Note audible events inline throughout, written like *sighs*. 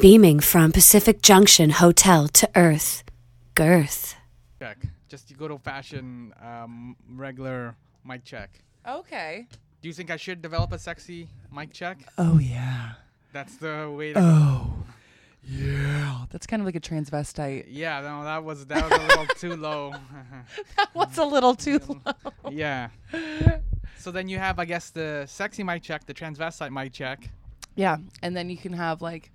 beaming from Pacific Junction Hotel to Earth. Girth. Check. Just good old fashioned, um, regular mic check. Okay. Do you think I should develop a sexy mic check? Oh yeah. That's the way to go. Oh. Yeah. That's kind of like a *laughs* transvestite. Yeah, no, that was that was a *laughs* little too low. *laughs* That was a little too low. yeah. So then you have, I guess, the sexy mic check, the transvestite mic check. Yeah. And then you can have like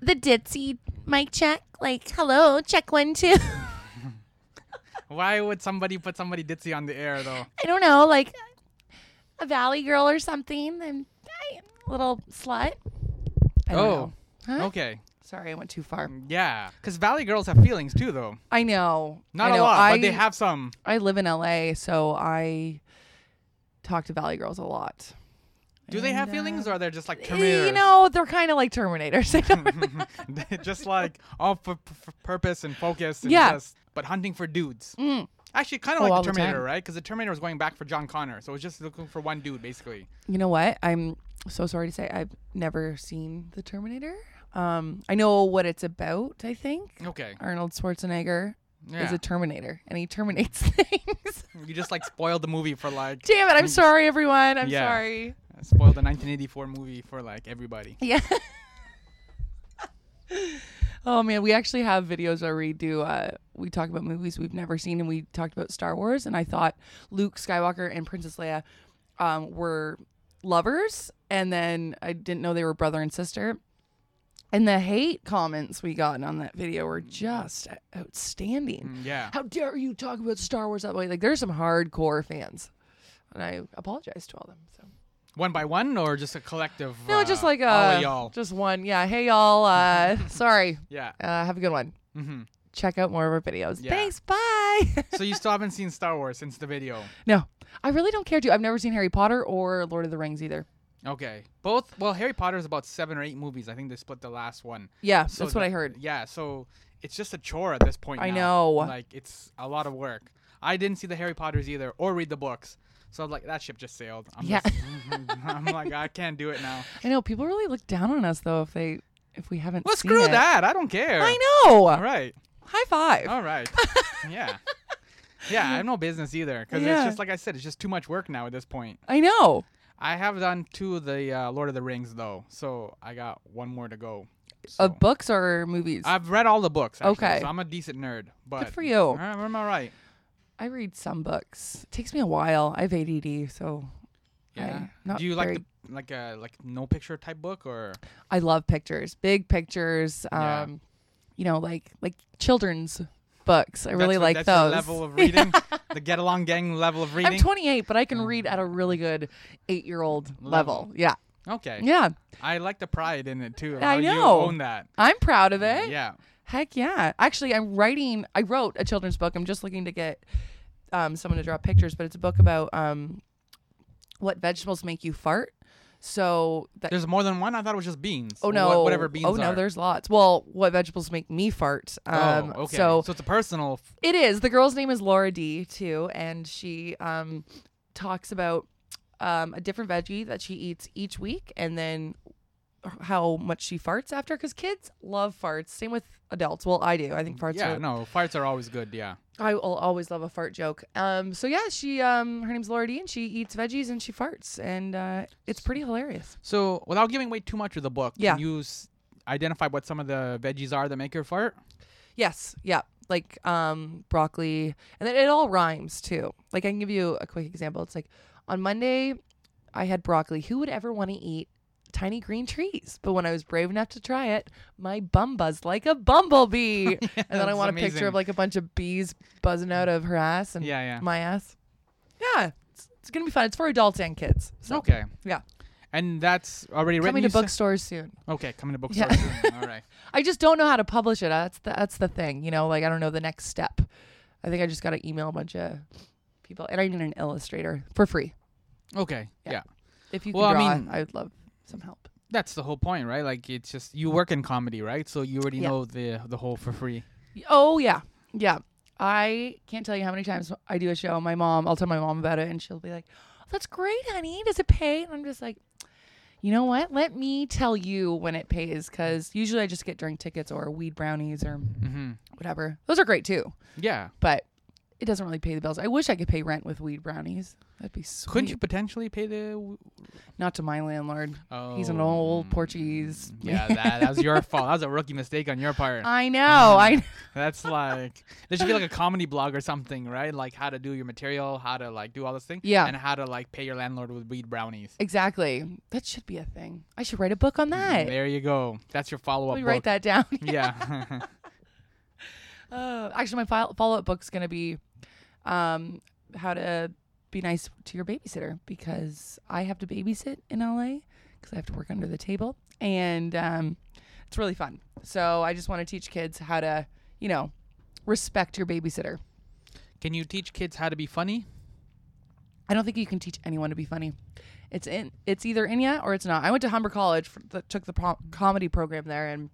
the ditzy mic check. Like, hello, check one, two. *laughs* I Why would somebody put somebody ditzy on the air though? don't know, like a valley girl or something. And I, little slut. I don't Oh. know. Huh? Okay. Sorry, I went too far. Yeah, because Valley girls have feelings too, though. I know. Not I a know. lot, I, but they have some. I live in LA, so I talk to Valley Girls a lot. Do they have And, feelings, uh, or they're just like You terminators? know, they're kind of like Terminators. *laughs* I *laughs* don't They're just like all for, for purpose and focus. And Yeah. Just, but hunting for dudes. Actually, kind of Oh, all like the the Terminator, time. right? Because the Terminator was going back for John Connor, so it was just looking for one dude, basically. You know what? I'm so sorry to say I've never seen The Terminator. Um, I know what it's about, I think. Okay. Arnold Schwarzenegger Yeah. is a Terminator and he terminates *laughs* things. you just like spoiled the movie for like Damn it. I'm sorry, everyone. I'm Mm. Yeah. sorry. spoiled the 1984 movie for like everybody. Yeah. oh, man. We actually have videos where we do, uh, we talk about movies we've never seen and we talked about Star Wars. And I thought Luke Skywalker and Princess Leia um, were lovers. And then I didn't know they were brother and sister. And the hate comments we got on that video were just outstanding. Mm, Yeah. How dare you talk about Star Wars that way? Like, there's some hardcore fans, and I apologize to all them. So One by one, or just a collective? no, uh, just like all of uh, y'all. just one. Yeah, hey *laughs* y'all. Uh, sorry. Yeah. Uh, have a good one. hmm Check out more of our videos. Yeah. Thanks. Bye. *laughs* so you still haven't seen Star Wars since the video. no, I really don't care to. I've never seen Harry Potter or Lord of the Rings either. Okay. Both. Well, Harry Potter's about seven or eight movies. I think they split the last one. Yeah, So that's what the- I heard. Yeah. So it's just a chore at this point. I now. know. Like it's a lot of work. I didn't see the Harry Potters either, or read the books. So I'm like, that ship just sailed. I'm Yeah. just- *laughs* I'm like, I can't do it *laughs* now. I know people really look down on us though if they if we haven't. Well, seen screw it. that. I don't care. I know. All right. High five. All *laughs* right. yeah. Yeah, I have no business either because Yeah. it's just like I said, it's just too much work now at this point. I know. I have done two of the uh, Lord of the Rings though, so I got one more to go. So- Of books or movies. I've read all the books. Actually, Okay. so I'm a decent nerd. But for you. All right, am I right? I read some books. It takes me a while. I have ADD, so Yeah. I not Do you like very- the, like a like no picture type book or I love pictures, big pictures. Um, Yeah. you know, like like children's books. I really That's what- like that's those. The level *laughs* of reading, the get along gang level of reading. Mm. I'm 28, but I can read at a really good eight-year-old level. Yeah, okay. yeah. I like the pride in it too. I How know. You own that. I'm proud of it. Yeah. Heck yeah. Actually, I'm writing, I wrote a children's book. I'm just looking to get um, someone to draw pictures, but it's a book about um, what vegetables make you fart. So that, There's more than one. I thought it was just beans. oh or no, what- whatever beans Oh no, are. there's lots. Well, what vegetables make me fart? Um, oh, okay. So it's a personal. F- it is. The girl's name is Laura D too, and she um, talks about um, a different veggie that she eats each week, and then how much she farts after. Because kids love farts. Same with adults. Well, I do. I think farts. yeah, are, no, farts are always good. Yeah. I will always love a fart joke. Um, so yeah, she um, her name's Laura D, and she eats veggies and she farts, and uh, it's pretty hilarious. So without giving away too much of the book, Yeah. can you s- identify what some of the veggies are that make her fart? Yes, yeah, like um, broccoli, and then it all rhymes too. Like I can give you a quick example. It's like on Monday, I had broccoli. Who would ever want to eat tiny green trees? But when I was brave enough to try it, my bum buzzed like *laughs* a bumblebee, and then I that's want a picture amazing. of like a bunch of bees buzzing out of her ass and Yeah, yeah. my ass. Yeah, it's, it's gonna be fun. It's for adults and kids. So. Okay. Yeah. And that's already written. Coming you to said? bookstores soon. Okay, coming to bookstores. Yeah. soon. All *laughs* right. I just don't know how to publish it. That's the that's the thing, you know. Like I don't know the next step. I think I just got to email a bunch of people, and I need an illustrator for free. Okay. Yeah. Yeah. If you can Well, I draw, I, mean- would love some help. That's the whole point, right? Like it's just you work in comedy, right? So you already Mm. Yeah. know the the whole for free. Oh yeah, yeah. I can't tell you how many times I do a show. "Oh, My mom, I'll tell my mom about it, and she'll be like, "That's great, honey. Does it pay?" And I'm just like, you know what? Let me tell you when it pays because usually I just get drink tickets or weed brownies or whatever. Those are great too, Yeah. but it doesn't really pay the bills. I wish I could pay rent with weed brownies. That'd be sweet. Couldn't you potentially pay the? w- Not to my landlord. Oh, He's an old Portuguese. Yeah, that, that was your fault. That was a rookie mistake on your part. I know. Mm. I That's uh, like there should be like a comedy blog or something, right? Like how to do your material, how to like do all this thing, Yeah. and how to like pay your landlord with weed brownies. *laughs* exactly. That should be a thing. I should write a book on that. There you go. That's your follow up. Let me write that down. Yeah. *laughs* Uh, actually, my follow up book's gonna be um, how to be nice to your babysitter because I have to babysit in LA because I have to work under the table, and um, it's really fun. So I just want to teach kids how to, you know, respect your babysitter. Can you teach kids how to be funny? I don't think you can teach anyone to be funny. It's in it's either in ya or it's not. I went to Humber College, for the, took the pro- comedy program there, and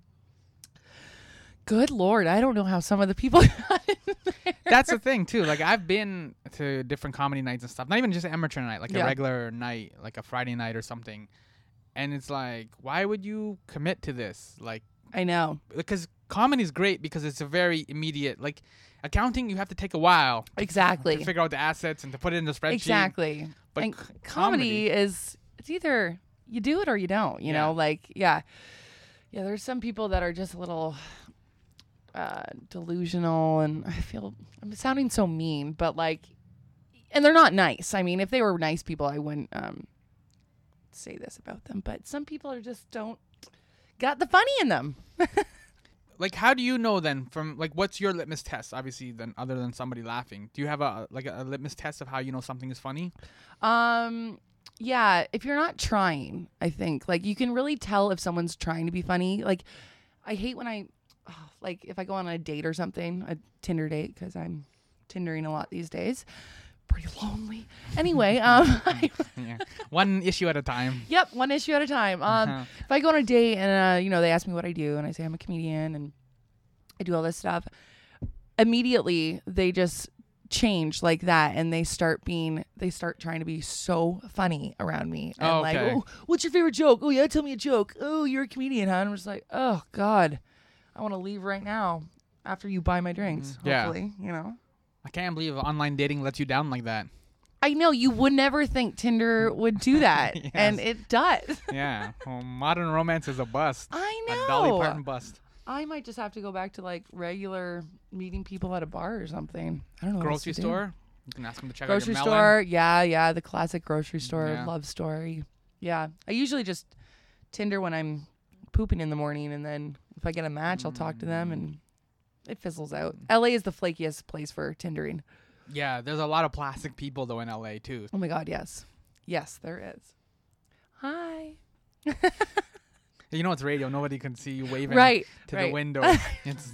good lord, I don't know how some of the people *laughs* got in there. That's the thing too. Like I've been to different comedy nights and stuff. Not even just amateur night, like Yeah. a regular night, like a Friday night or something. And it's like, why would you commit to this? Like I know. because comedy is great because it's a very immediate. Like accounting, you have to take a while to Exactly. figure out the assets and to put it in the spreadsheet. Exactly. But and c- comedy, is it's either you do it or you don't, you Yeah. know, like yeah. Yeah, there's some people that are just a little uh delusional and *laughs* I feel I'm sounding so mean, but like and they're not nice. I mean, if they were nice people, I wouldn't um say this about them, but some people are just don't got the funny in them. like how do you know then from like what's your litmus test obviously then other than somebody laughing do you have a like a, litmus test of how you know something is funny *laughs* Um yeah, if you're not trying, I think like you can really tell if someone's trying to be funny. Like I hate when I oh, like if I go on a date or something, a Tinder date cuz I'm Tindering a lot these days. Pretty lonely. Anyway, um *laughs* yeah. one issue at a time yep, one issue at a time. Um Uh-huh. if I go on a date and uh, you know they ask me what I do and I say I'm a comedian and I do all this stuff, immediately they just change like that and they start being they start trying to be so funny around me and Oh, like okay. oh, what's your favorite joke oh yeah tell me a joke oh you're a comedian huh and I'm just like oh god I want to leave right now after you buy my drinks Mm, yeah. hopefully you know i can't believe online dating lets you down like that I know you would never think Tinder would *laughs* do that and it does yeah well, modern romance is a bust I know a dolly parton Oh, bust I might just have to go back to like regular meeting people at a bar or something. I don't know. what else grocery to do. store you can ask them to check Grocery out your melon. store. Yeah, yeah. The classic grocery store Yeah. love story. Yeah. I usually just Tinder when I'm pooping in the morning and then if I get a match, I'll talk to them and it fizzles out. Mm. LA is the flakiest place for Tindering. yeah there's a lot of plastic people though in la too Oh my God. Yes. Yes, there is. Hi. you know it's radio nobody can see you waving Right. to right. the *laughs* window *laughs* it's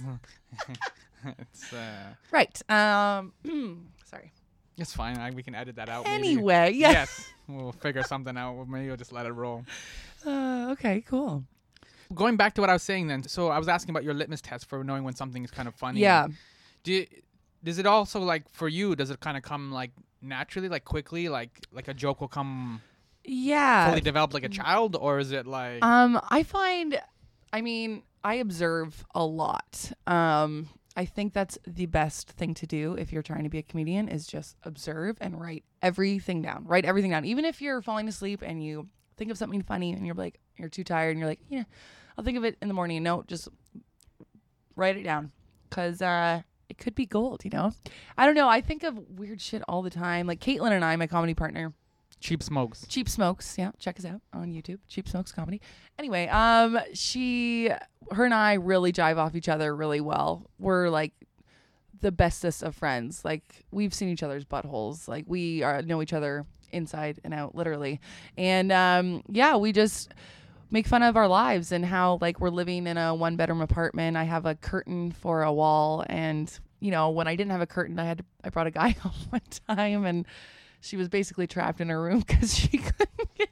it's uh Right. Um, *clears throat* sorry. it's fine I, we can edit that out maybe. Anyway, *laughs* yeah. yes we'll figure something out Well, maybe we'll just let it roll Uh, *laughs* okay, cool. going back to what I was saying then, so I was asking about your litmus test for knowing when something is kind of funny. Yeah. Do you, does it also like for you? Does it kind of come like naturally, like quickly, like like a joke will come Yeah. fully developed like a child, or is it like Uh, Um, I find, I mean, I observe a lot. Um, I think that's the best thing to do if you're trying to be a comedian is just observe and write everything down. Write everything down, even if you're falling asleep and you think of something funny and you're like you're too tired and you're like, yeah, I'll think of it in the morning. No, just write it down because uh, it could be gold. You know, I don't know. I think of weird shit all the time. Like Caitlin and I, my comedy partner, cheap smokes? Cheap Smokes. Yeah, check us out on YouTube. Cheap Smokes comedy. Anyway, um, she, her, and I really jive off each other really well. We're like the bestest of friends. Like we've seen each other's buttholes. Like we are know each other inside and out, literally. And um, yeah, we just make fun of our lives and how like we're living in a one bedroom apartment. I have a curtain for a wall, and you know when I didn't have a curtain, I had I brought a guy *laughs* home one time and. She was basically trapped in her room *laughs* because she couldn't get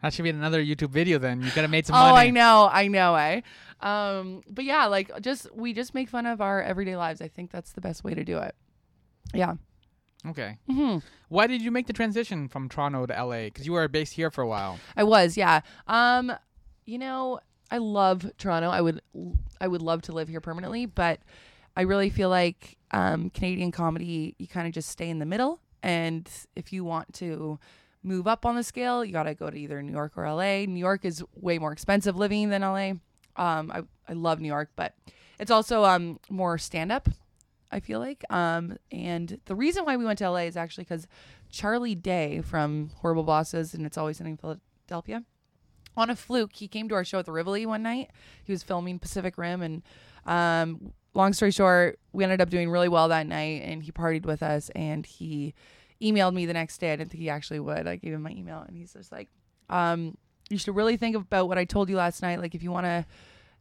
That should be another YouTube video. Then you could have made some oh, money. I know, I know, eh? Um, but yeah, like just we just make fun of our everyday lives. I think that's the best way to do it. Yeah. Okay. hmm Why did you make the transition from Toronto to LA? Because you were based here for a while. I was, yeah. Um, you know, I love Toronto. I would, I would love to live here permanently, but I really feel like um, Canadian comedy, you kind of just stay in the middle, and if you want to move up on the scale, you gotta go to either New York or LA. New York is way more expensive living than LA. Um, I, I love New York, but it's also um more stand up. I feel like. Um, and the reason why we went to LA is actually because Charlie Day from Horrible Bosses and It's Always Sunny in Philadelphia, on a fluke, he came to our show at the Rivoli one night. He was filming Pacific Rim, and um, long story short, we ended up doing really well that night, and he partied with us, and he emailed me the next day. I didn't think he actually would. I gave him my email, and he's just like, um, "You should really think about what I told you last night. Like, if you want to."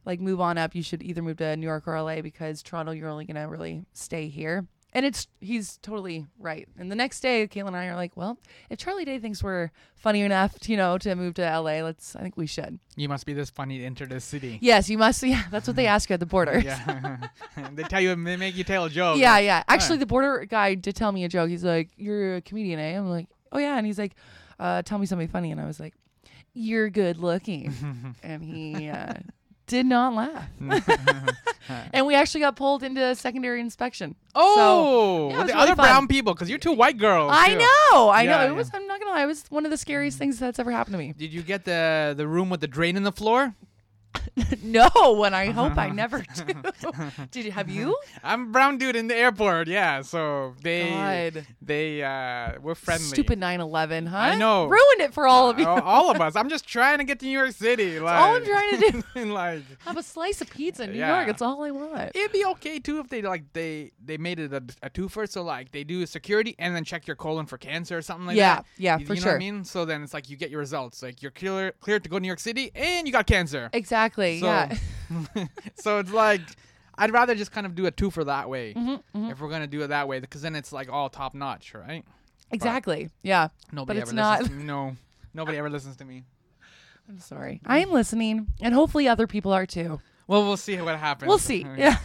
like move on up. You should either move to New York or LA because Toronto, you're only gonna really stay here. And it's he's totally right. And the next day, Caitlin and I are like, well, if Charlie Day thinks we're funny enough, you know, to move to LA, let's. I think we should. You must be this funny to enter this city. Yes, you must. *laughs* Yeah, that's what they ask you at the border. Hmm. Yeah. *laughs* they tell you, they make you tell a joke. *laughs* Yeah, yeah. Actually, the border guy did tell me a joke. He's like, "You're a comedian, eh?" I'm like, "Oh yeah," and he's like, uh, "Tell me something funny," and I was like, "You're good *laughs* looking," and he uh, did not laugh. *laughs* and we actually got pulled into secondary inspection. Oh, yeah, with it was the really other fun. brown people, because you're two white girls. I too. know, I Yeah, know. It yeah. Hmm. was. I'm not gonna lie. It was one of the scariest things that's ever happened to me. Did you get the the room with the drain in the floor? *laughs* no, and I hope *laughs* I never do. *laughs* Did you have you? I'm a brown dude in the airport. Yeah, so they God. they uh, were friendly. Stupid 9/11, huh? I know. Ruined it for all of you. All- all of us. I'm just trying to get to New York City. Like, all I'm trying to do. and, *laughs* like *laughs* have a slice of pizza in New Yeah. York. It's all I want. it'd be okay too if they like they they made it a, a twofer. So like they do security and then check your colon for cancer or something like Yeah, that. yeah, you, for you know sure. What I mean, so then it's like you get your results. Like you're clear cleared to go to New York City and you got cancer. Exactly. So, Yeah. so *laughs* it's like I'd rather just kind of do a twofer that way Mm-hmm, if we're gonna do it that way because then it's like all top notch, right? *laughs* Exactly. Yeah. Nobody but ever it's not. listens to me. No, nobody ever listens to me. I'm sorry. I am listening, and hopefully other people are too. Well, we'll see what happens. *laughs* We'll see. *laughs* Okay. Yeah.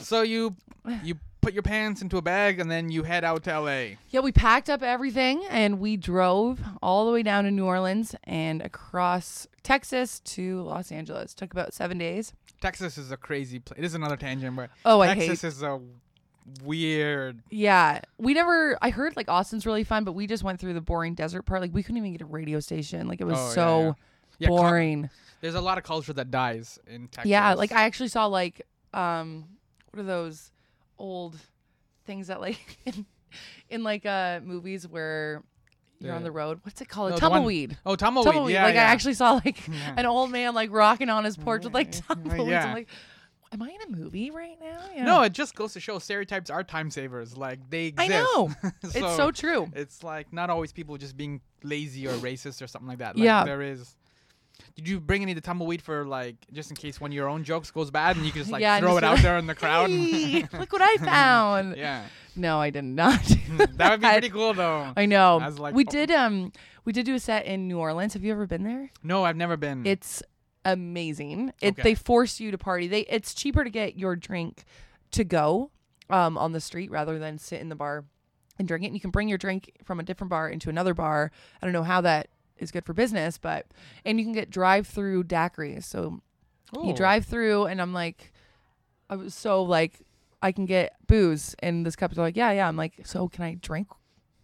So you you put your pants into a bag and then you head out to L.A. Yeah, we packed up everything and we drove all the way down to New Orleans and across Texas to Los Angeles. Took about seven days. Texas is a crazy place. It is another tangent, but Oh, I Texas is a weird. Yeah, we never. I heard like Austin's really fun, but we just went through the boring desert part. Like we couldn't even get a radio station. Like it was Oh, yeah, so yeah. Yeah, cul- boring. there's a lot of culture that dies in Texas. yeah, like I actually saw like um, what are those old things that like *laughs* in, in like uh movies where you're on The- the road. What's it called? No, a the one- tumbleweed. oh tumbleweed, tumbleweed. yeah, like yeah. I actually saw like *laughs* Yeah. an old man like rocking on his porch with like tumbleweeds. yeah. I'm like, am I in a movie right now? Yeah. No, it just goes to show stereotypes are time savers. Like they I exist. *laughs* know. it's so So- true. It's like not always people just being lazy or racist or something like that. Like, Yeah. there is. Did you bring any of the tumbleweed for like just in case one of your own jokes goes bad and you can just like *laughs* Yeah, throw just it out like, there in the *laughs* crowd? *laughs* Hey, look what I found. yeah, *laughs* No, I did not. *laughs* do that would be pretty cool though. I *laughs* know. I was like, we oh. did um we did do a set in New Orleans. Have you ever been there? No, I've never been. It's amazing. It Hmm. Okay. they force you to party. They it's cheaper to get your drink to go um on the street rather than sit in the bar and drink it. And you can bring your drink from a different bar into another bar. I don't know how that is good for business, but and you can get drive through daiquiris. So Ooh. you drive through and I'm like I was so like I can get booze and this cup's like, Yeah, yeah. I'm like, so can I drink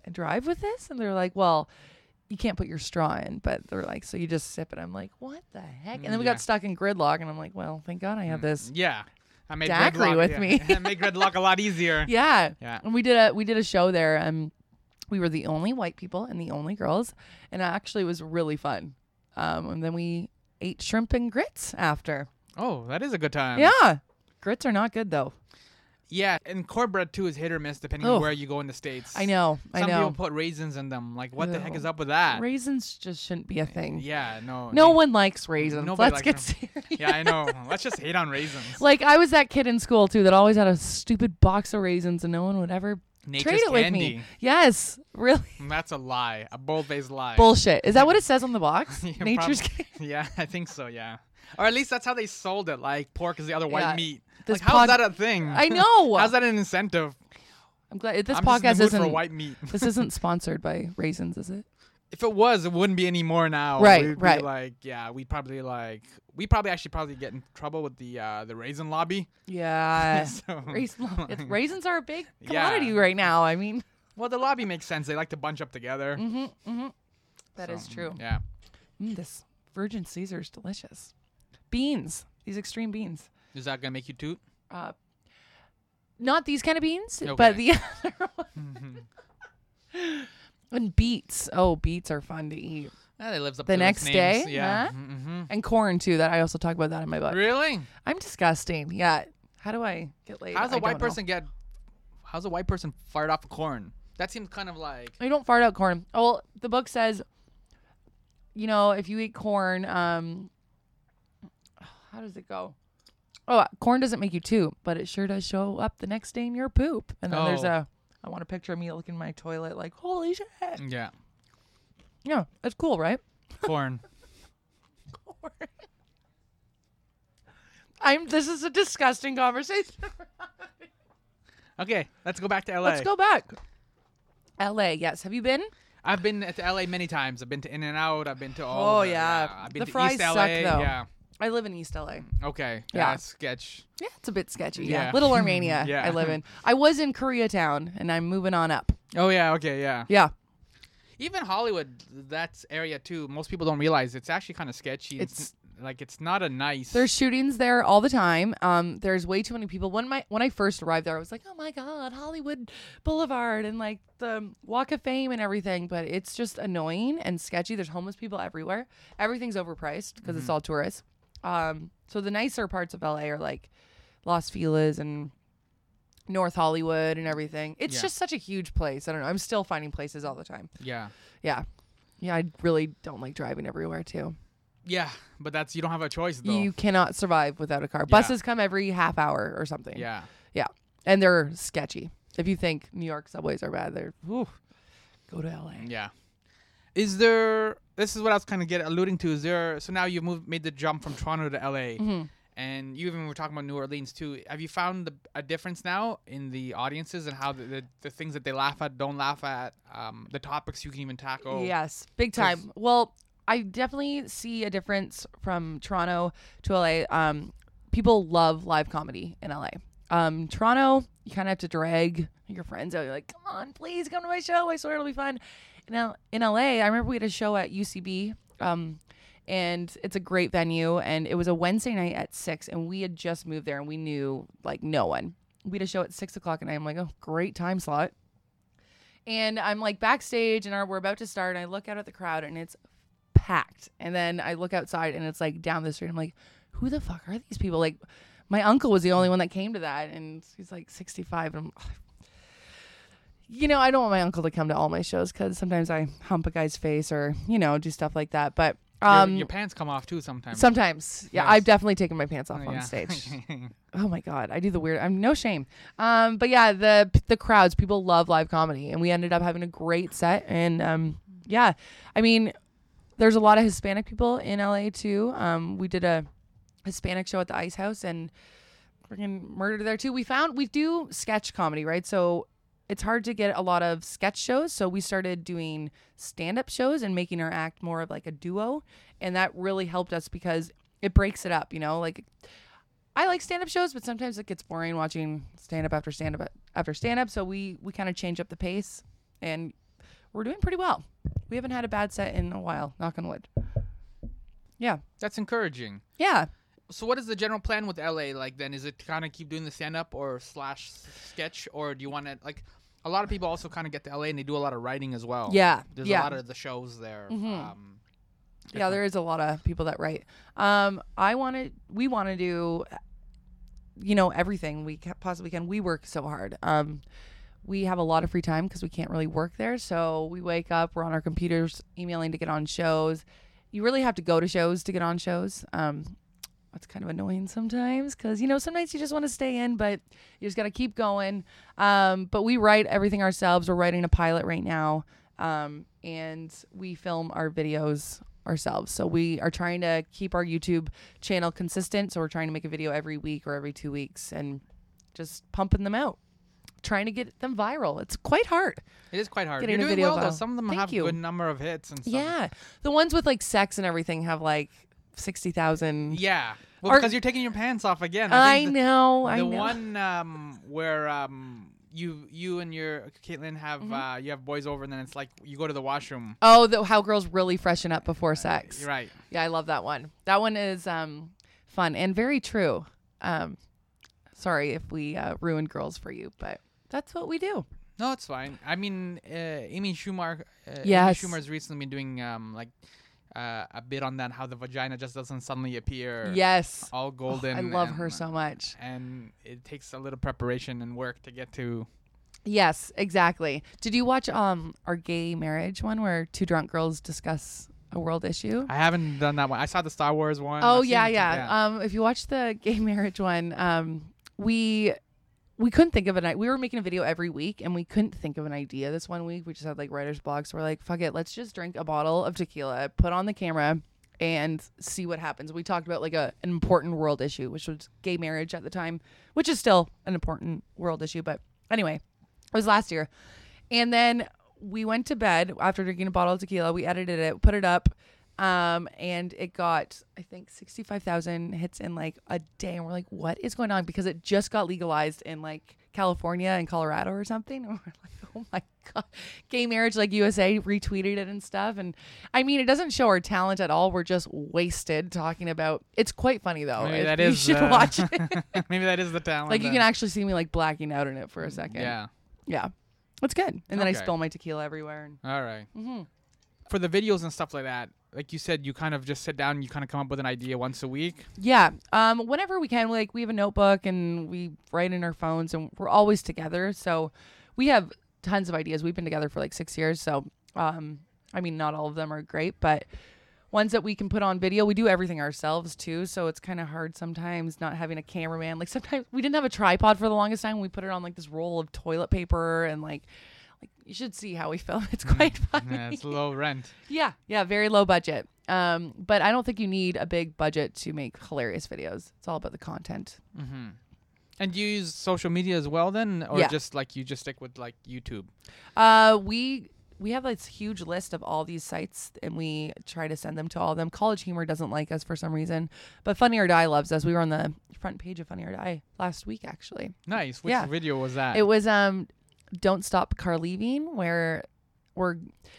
and drive with this? And they're like, Well, you can't put your straw in, but they're like, so you just sip it. I'm like, what the heck? And then we Mm, yeah. Mm. got stuck in gridlock, and I'm like, well, thank God I have this. Yeah, I made Daiquiri gridlock with yeah. me. *laughs* I made gridlock a lot easier. *laughs* Yeah. Yeah. And we did a we did a show there, and we were the only white people and the only girls, and it actually was really fun. Um, and then we ate shrimp and grits after. Oh, that is a good time. yeah. Grits are not good though. Yeah, and cornbread too is hit or miss depending Oh. on where you go in the states. I know. I Some know. people put raisins in them. Like, what the heck Ew. is up with that? raisins just shouldn't be a thing. yeah, no. No one likes raisins. Nobody Let's likes get *laughs* serious. Yeah, I know. Let's just hate on raisins. Like I was that kid in school too that always had a stupid box of raisins and no one would ever Nature's trade it with me. candy. Mm, Yes, really That's a lie. A bold-faced lie. *laughs* bullshit. Is that what it says on the box? *laughs* Yeah, *laughs* Nature's prob- candy. Yeah, I think so. Yeah, or at least that's how they sold it. Like pork is the other white Yeah, meat. this like, *laughs* how's pod- that a thing? I know. how's that an incentive? I'm glad this I'm just in the podcast mood for isn't white meat. *laughs* *laughs* this isn't sponsored by raisins, is it? If it was, it wouldn't be any more now. Right, We'd be right. like, yeah, we probably like we probably actually probably get in trouble with the uh the raisin lobby. *laughs* Yeah. So- Uh, Raisin, it's, *laughs* raisins are a big Yeah. commodity right now. I mean, Mm-hmm, Well, the lobby makes sense. They like to bunch up together. Mm, that So, is true. Yeah. Mm, this Virgin Caesar is delicious. Beans, these extreme beans. Is that gonna make you toot? Uh, not these kind of beans, Okay. but the *laughs* other one. and beets. Oh, beets are fun to eat. Yeah, they lives up The to its next names. day, Yeah. huh? Mm-hmm. And corn too. That I also talk about that in my book. Really? I'm disgusting. Yeah. How do I get laid? How's I a white don't know. person get? How's a white person fired off corn? That seems kind of like I don't fart out corn. Oh, well, the book says, you know, if you eat corn, um, how does it go? Oh, corn doesn't make you too, but it sure does show up the next day in your poop. And then there's Oh. a, I want a picture of me looking in my toilet like, holy shit. yeah, Yeah, that's cool, right? corn. I'm. This is a disgusting conversation. *laughs* Okay, let's go back to LA. Let's go back. L.A. Yes, have you been? I've been to LA many times. I've been to In and Out. I've been to all. Oh, over. yeah. I've been The to fries East suck, LA. though. Yeah. I live in East L.A. Okay. Yeah. That's sketch. Yeah, it's a bit sketchy. Yeah, Yeah. Little Armenia. *laughs* Yeah. I live in. I was in Koreatown, and I'm moving on up. Oh yeah. Okay. Yeah. Yeah, Even Hollywood, that area too. Most people don't realize it's actually kind of sketchy. It's- like it's not a nice. There's shootings there all the time. Um, there's way too many people. When my when I first arrived there, I was like, oh my god, Hollywood Boulevard and like the Walk of Fame and everything. But it's just annoying and sketchy. There's homeless people everywhere. Everything's overpriced because it's all tourists. Um, so the nicer parts of LA are like Los Feliz and North Hollywood and everything. It's Yeah. just such a huge place. I don't know. I'm still finding places all the time. yeah. Yeah. Yeah, I really don't like driving everywhere too. Yeah, but that's you don't have a choice though. You cannot survive without a car. Yeah. Buses come every half hour or something. yeah. Yeah. And they're sketchy. If you think New York subways are bad, they're whew, go to LA. Yeah. Is there? This is what I was kind of get alluding to. Is there? So now you've moved, made the jump from Toronto to LA, Mm-hmm. and you even were talking about New Orleans too. Have you found the, a difference now in the audiences and how the, the, the things that they laugh at, don't laugh at, um, the topics you can even tackle? Yes, big time. Well, I definitely see a difference from Toronto to LA. Um, people love live comedy in LA. Um, Toronto, you kind of have to drag your friends out. You're like, come on, please come to my show. I swear it'll be fun. Now in LA, I remember we had a show at UCB. Um, and it's a great venue. And it was a Wednesday night at six, and we had just moved there, and we knew like no one. We had a show at six o'clock, and I'm like, oh, great time slot and I'm like backstage and our, we're about to start and I look out at the crowd and it's packed. And then I look outside and it's like down the street. I'm like, who the fuck are these people? Like my uncle was the only one that came to that and he's like 65 and I'm *sighs* you know, I don't want my uncle to come to all my shows because sometimes I hump a guy's face or, you know, do stuff like that. But Your, um, your pants come off too sometimes. sometimes, yeah, Yes. I've definitely taken my pants off on Yeah. *laughs* stage oh my god i do the weird i'm no shame um but yeah the the crowds people love live comedy and we ended up having a great set and um yeah i mean there's a lot of hispanic people in la too um we did a hispanic show at the ice house and freaking murdered there too we found we do sketch comedy right so it's hard to get a lot of sketch shows so we started doing stand-up shows and making our act more of like a duo and that really helped us because it breaks it up you know like I like stand up shows, but sometimes it gets boring watching stand up after stand up after stand up. So we we kind of change up the pace, and we're doing pretty well. We haven't had a bad set in a while. Knock on wood. Yeah, That's encouraging. yeah. So what is the general plan with LA like then? Is it to kind of keep doing the stand up or slash sketch or do you want to like a lot of people also kind of get to LA and they do a lot of writing as well. Yeah, Oh, There's yeah. Mm-hmm. a lot of the shows there. Um, Yeah, there is a lot of people that write. Um, I want to. We want to do, you know, everything we ca- possibly can. We work so hard. Um, we have a lot of free time because we can't really work there. So we wake up, we're on our computers, emailing to get on shows. You really have to go to shows to get on shows. Um, that's kind of annoying sometimes because you know sometimes you just want to stay in, but you just got to keep going. Um, but we write everything ourselves. We're writing a pilot right now, um, and we film our videos ourselves. So we are trying to keep our YouTube channel consistent. So we're trying to make a video every week or every two weeks, and just pumping them out. trying to get them viral. It's quite hard. It is quite hard. Getting You're a doing video well though. viral. Some of them Thank have you. good number of hits and stuff. Yeah. The ones with like sex and everything have like 60,000. Yeah. Well, Or- because you're taking your pants off again. I think the- know. I the know. one um, where um, you you and your Caitlin have Mm-hmm. uh, you have boys over and then it's like you go to the washroom. Oh, the, how girls really freshen up before sex. You're right. Yeah, I love that one. That one is um, fun and very true. Um, sorry if we uh, ruined girls for you, but that's what we do. No, it's fine. I mean, uh, Amy Schumer. Uh, Yes. Amy Schumer's recently been doing um, like uh, a bit on that how the vagina just doesn't suddenly appear. Yes. Oh, All golden. I love her and- so much. And it takes a little preparation and work to get to. Yes, exactly. Did you watch um our gay marriage one where two drunk girls discuss a world issue? I haven't done that one. I saw the Star Wars one. Oh I've yeah, seen- yeah. Um, if you watch the gay marriage one, um, we we couldn't think of an i- we were making a video every week and we couldn't think of an idea this one week we just had like writer's block so we're like fuck it let's just drink a bottle of tequila put on the camera and see what happens we talked about like a, an important world issue which was gay marriage at the time which is still an important world issue but anyway it was last year and then we went to bed after drinking a bottle of tequila we edited it put it up um, and it got i think 65000 hits in like a day and we're like what is going on because it just got legalized in like california and colorado or something *laughs* and we're like oh my god gay marriage like usa retweeted it and stuff and i mean it doesn't show our talent at all we're just wasted talking about it's quite funny though Maybe If- that you is, should uh, *laughs* watch it Maybe that is the talent. like you then. can actually see me like blacking out in it for a second Yeah. yeah it's good and then i Okay. spill my tequila everywhere and All right. Mm-hmm. For the videos and stuff like that, like you said, you kind of just sit down. and You kind of come up with an idea once a week. *laughs* Yeah. Um, whenever we can, like we have a notebook and we write in our phones and we're always together. So we have tons of ideas. We've been together for like six years. So, um, I mean, not all of them are great, but ones that we can put on video, we do everything ourselves too. So it's kind of hard sometimes not having a cameraman. Like sometimes we didn't have a tripod for the longest time. We put it on like this roll of toilet paper and like, like you should see how we film. *laughs* It's quite funny. *laughs* Yeah, Mm-hmm. it's low rent. Yeah, yeah, very low budget. Um, but I don't think you need a big budget to make hilarious videos. It's all about the content. Mm-hmm. And do you use social media as well then, or Yeah. just like you just stick with like YouTube? Uh, we we have this huge list of all these sites, and we try to send them to all of them. College Humor doesn't like us for some reason, but Funny or Die loves us. We were on the front page of Funny or Die last week, actually. Nice. Which Yeah. video was that? It was um, "Don't Stop Car Leaving," where we're,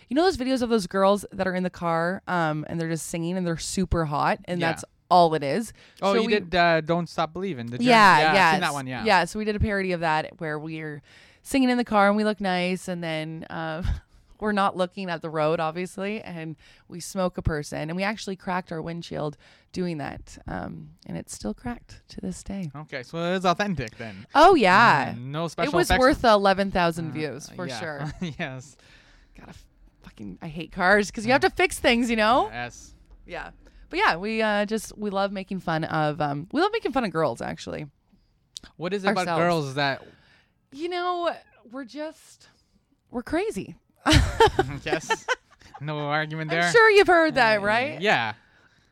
you know, those videos of those girls that are in the car, um, and they're just singing and they're super hot, and Yeah. that's all it is. oh, So you we- did uh, "Don't Stop Believing." Did you? yeah, yeah. yeah, I've seen that one. Yeah. So we did a parody of that where we're singing in the car and we look nice, and then um, *laughs* we're not looking at the road, obviously, and we smoke a person, and we actually cracked our windshield doing that, um, and it's still cracked to this day. Okay, so it's authentic then. Oh yeah, Mm, no it special was effects. worth eleven thousand Uh, views for yeah. sure. *laughs* yes. Gotta f- fucking, I hate cars because you have to fix things, you know. Yes. Yeah. But yeah, we uh, just we love making fun of um, we love making fun of girls actually. What is it about Ourselves. girls *laughs* that? You know, we're just we're crazy. yes. No argument there. I'm sure you've heard that, Uh, right? Yeah.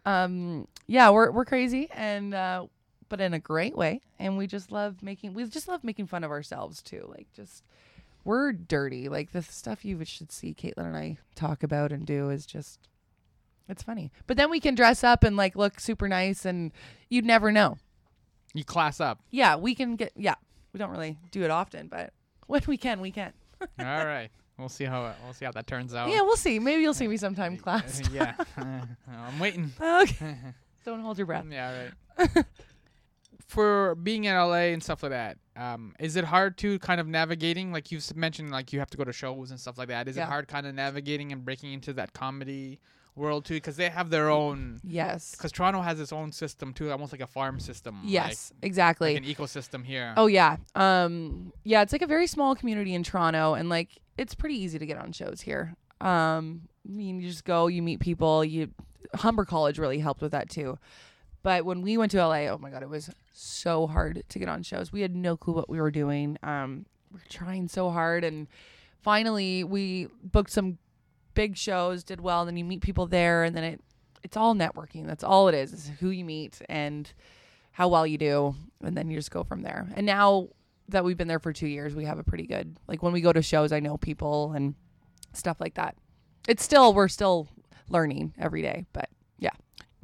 Um yeah, we're we're crazy and uh but in a great way and we just love making we just love making fun of ourselves too. Like just we're dirty. Like the stuff you should see Caitlin and I talk about and do is just it's funny. But then we can dress up and like look super nice and you'd never know. You class up. Yeah, we can get yeah. We don't really do it often, but *laughs* when we can, we can. All right. We'll see how it, we'll see how that turns out. Uh, Yeah, we'll see. Maybe you'll see me sometime class. yeah. *laughs* I'm waiting. okay. *laughs* Don't hold your breath. Yeah, right. *laughs* For being in LA and stuff like that, um, is it hard to kind of navigating? Like you've s- mentioned, like you have to go to shows and stuff like that. Is it Yeah. hard kind of navigating and breaking into that comedy world too? Because they have their own. Yes. Because Toronto has its own system too, almost like a farm system. like- Yes, Like, exactly. an ecosystem here. oh yeah. Um yeah, it's like a very small community in Toronto and like it's pretty easy to get on shows here. Um I mean, you just go, you meet people, you Humber College really helped with that too. But when we went to LA, oh my god, it was so hard to get on shows. We had no clue what we were doing. Um we we're trying so hard and finally we booked some big shows, did well, and then you meet people there and then it it's all networking. That's all it is. It's who you meet and how well you do and then you just go from there and now that we've been there for two years, we have a pretty good like when we go to shows, I know people and stuff like that. It's still we're still learning every day, but yeah.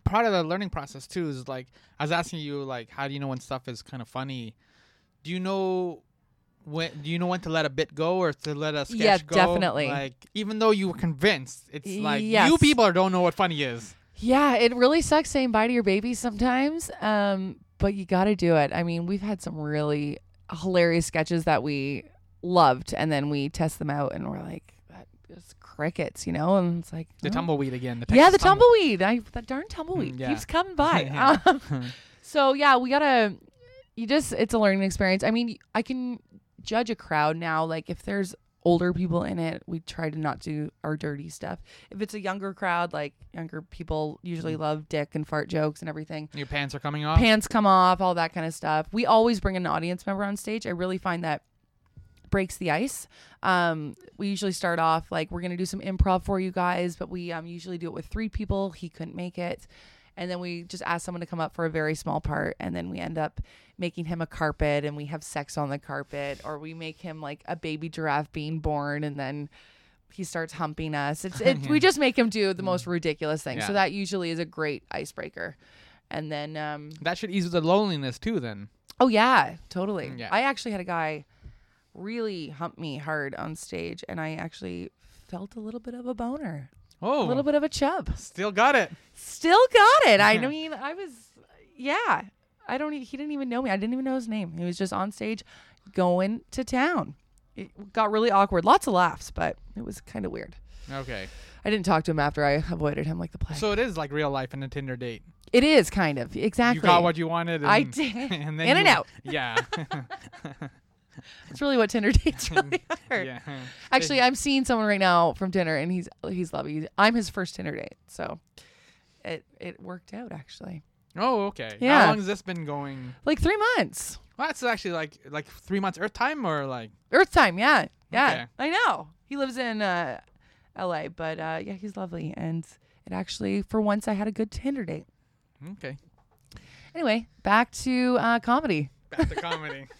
part of the learning process too is like I was asking you like how do you know when stuff is kind of funny? Do you know when do you know when to let a bit go or to let a sketch Yeah, go? definitely. Like even though you were convinced, it's like you Yes. people don't know what funny is. Yeah, it really sucks saying bye to your baby sometimes. Um, but you got to do it. I mean, we've had some really hilarious sketches that we loved, and then we test them out, and we're like, that is crickets, you know? And it's like, The oh. tumbleweed again. The yeah, Texas the tumbleweed. I, the darn tumbleweed Mm, yeah. keeps *laughs* coming by. Yeah. *laughs* Um, so yeah, we gotta. You just it's a learning experience. I mean, I can judge a crowd now. Like if there's older people in it, we try to not do our dirty stuff. If it's a younger crowd, like younger people usually Mm. love dick and fart jokes and everything. Your pants are coming off. Pants come off, all that kind of stuff. We always bring an audience member on stage. I really find that breaks the ice. Um, we usually start off like we're gonna do some improv for you guys, but we um, usually do it with three people. He couldn't make it, and then we just ask someone to come up for a very small part, and then we end up making him a carpet, and we have sex on the carpet, or we make him like a baby giraffe being born, and then he starts humping us. It's *laughs* it, we just make him do the most ridiculous thing. Mm. Yeah. So that usually is a great icebreaker. And then um, that should ease the loneliness too. Then Oh yeah, totally. Mm, Yeah. I actually had a guy really hump me hard on stage, and I actually felt a little bit of a boner, oh, a little bit of a chub. still got it. Still got it. I mean, I was, yeah. I don't. e- He didn't even know me. I didn't even know his name. He was just on stage, going to town. It got really awkward. Lots of laughs, but it was kind of weird. Okay, I didn't talk to him after. I avoided him like the plague. so it is like real life in a Tinder date. it is kind of exactly. You got what you wanted. And, I did. *laughs* And then In you- and out. Yeah. *laughs* That's really what Tinder dates really are. yeah. Actually, I'm seeing someone right now from Tinder, and he's he's lovely. He's- I'm his first Tinder date, so it it worked out actually. Oh, okay. Yeah. How long has this been going? Like three months, Well, that's actually like like three months Earth time or like Earth time. Yeah, yeah. Okay. I know he lives in uh, L.A., but uh, yeah, he's lovely, and it actually for once I had a good Tinder date. okay Anyway, back to uh, comedy. back to comedy. *laughs*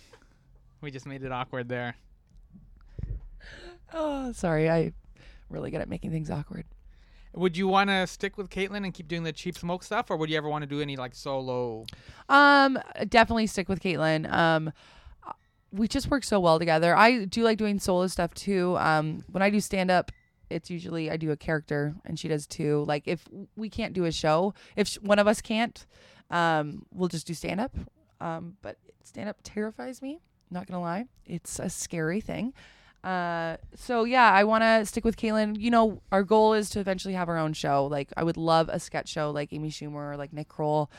We just made it awkward there. Oh, sorry, I really good at making things awkward. Would you want to stick with Caitlyn and keep doing the cheap smoke stuff, or would you ever want to do any like solo? Um, definitely stick with Caitlin. Um, we just work so well together. I do like doing solo stuff too. Um, when I do stand up, it's usually I do a character and she does too. Like if we can't do a show, if sh- one of us can't, um, we'll just do stand up. Um, but stand up terrifies me. Not gonna lie, it's a scary thing. Uh, so yeah, I want to stick with Caitlin. You know, our goal is to eventually have our own show. Like I would love a sketch show like Amy Schumer or like Nick Kroll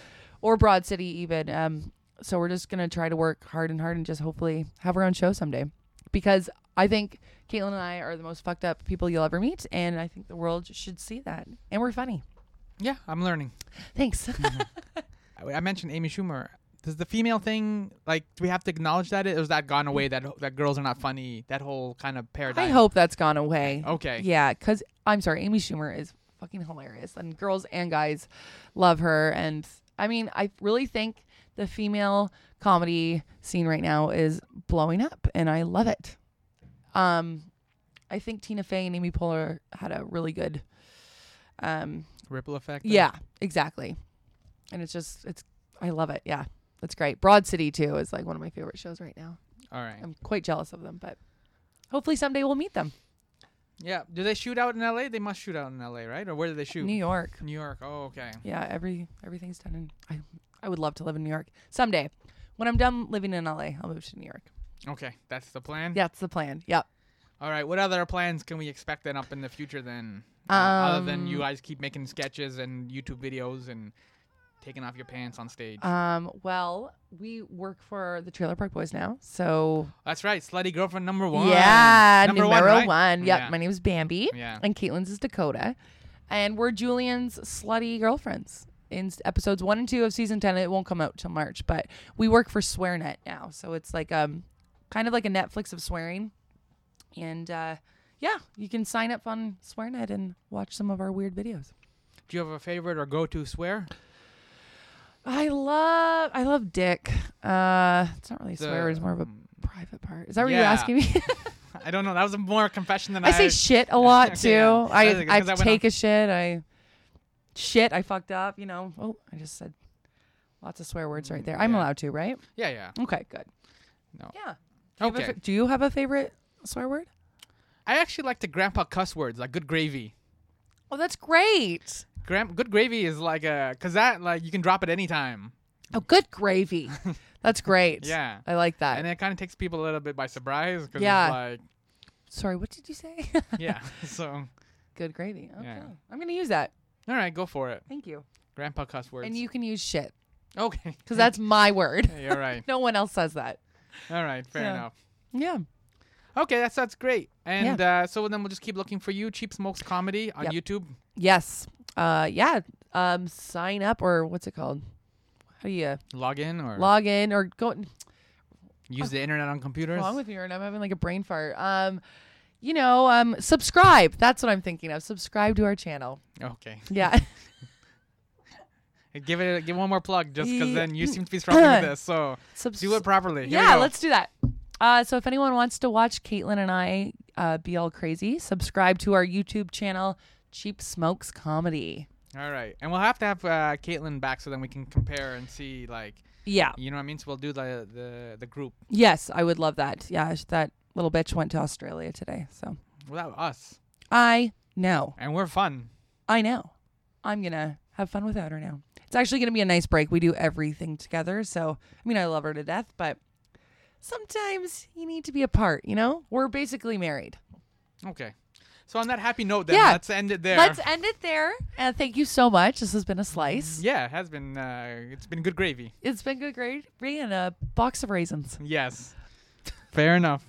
or Broad City even. Um, so we're just gonna try to work hard and hard and just hopefully have our own show someday. Because I think Caitlin and I are the most fucked up people you'll ever meet, and I think the world should see that. And we're funny. Yeah, I'm learning. Thanks. *laughs* I I mentioned Amy Schumer. Does the female thing like do we have to acknowledge that, or is that gone away? That that girls are not funny. That whole kind of paradigm. I hope that's gone away. Okay. Yeah, because I'm sorry, Amy Schumer is fucking hilarious, and girls and guys love her. And I mean, I really think the female comedy scene right now is blowing up, and I love it. Um, I think Tina Fey and Amy Poehler had a really good, um, Ripple effect. there? yeah, exactly. And it's just, it's, I love it. Yeah, that's great. Broad City too is like one of my favorite shows right now. All right. I'm quite jealous of them, but hopefully someday we'll meet them. Yeah. Do they shoot out in L.A.? They must shoot out in L.A. Right? Or where do they shoot? New York. New York. Oh, okay. Yeah, every everything's done in. I I would love to live in New York someday. When I'm done living in LA, I'll move to New York. Okay, that's the plan. That's the plan. Yep. All right. What other plans can we expect then up in the future then? Uh, other than you Um, guys keep making sketches and YouTube videos and taking off your pants on stage. Um. Well, we work for the Trailer Park Boys now, so That's right. Slutty girlfriend number one. yeah, number numero one. right? Yep. Yeah. My name is Bambi, Yeah. and Caitlin's is Dakota, and we're Julian's slutty girlfriends. In s- episodes one and two of season ten, it won't come out till March, but we work for SwearNet now, so it's like um, kind of like a Netflix of swearing, and uh, yeah, you can sign up on SwearNet and watch some of our weird videos. Do you have a favorite or go-to swear? *laughs* I love, I love dick. Uh, it's not really a swear; it's more of a um, private part. Is that what you're Yeah. asking me? I don't know. That was a more confession than I. I say shit a *laughs* lot Okay, too. yeah. I I think- I 'cause I went take a shit. I shit. I fucked up. You know. Oh, I just said lots of swear words right there. I'm yeah. allowed to, right? yeah, yeah. Okay, good. No. Yeah. Do you, have a Okay. fa- do you have a favorite swear word? I actually like the grandpa cuss words, like good gravy. Oh, that's great. Gram- good gravy is like a cause that like you can drop it anytime. Oh, good gravy. that's great. *laughs* Yeah. I like that. And it kind of takes people a little bit by surprise because Yeah. *laughs* it's Sorry, what did you say? *laughs* like, yeah. so, good gravy. Okay. Yeah. I'm gonna use that. all right, go for it. Thank you. Grandpa cuss words. And you can use shit okay? because that's my word. *laughs* Yeah, You're right. no one else says that. All right, fair Yeah. enough. Yeah. Okay, that's that's great. And uh, so then we'll just keep looking for you, Cheap Smokes Comedy on Yep. YouTube. Yes. Uh, yeah. Um, sign up or what's it called? How do you Log in or log in or go? use the internet on computers. What's wrong with me? And I'm having like a brain fart. Um, you know, um, subscribe. That's what I'm thinking of. Subscribe to our *laughs* channel. okay, Yeah. *laughs* give it give one more plug just because Ye- then you seem to be struggling *clears throat* with this. So Subs- do it properly. Here we yeah. go. Let's do that. Uh, so if anyone wants to watch Caitlin and I uh, be all crazy, subscribe to our YouTube channel, Cheap Smokes Comedy. All right, and we'll have to have uh, Caitlin back so then we can compare and see like Yeah. you know what I mean. So we'll do the the the group Yes, I would love that. Yeah, sh- that little bitch went to Australia today. So without us, I know. and we're fun. I know. I'm going to have fun without her now. It's actually going to be a nice break. We do everything together. So, I mean, I love her to death, but sometimes you need to be apart, you know? We're basically married. Okay, so on that happy note, then Yeah. let's end it there. Let's end it there. And thank you so much. This has been a slice. yeah, it has been uh, it's been good gravy. *laughs* It's been good, great. Bringing a box of raisins. Yes, fair enough.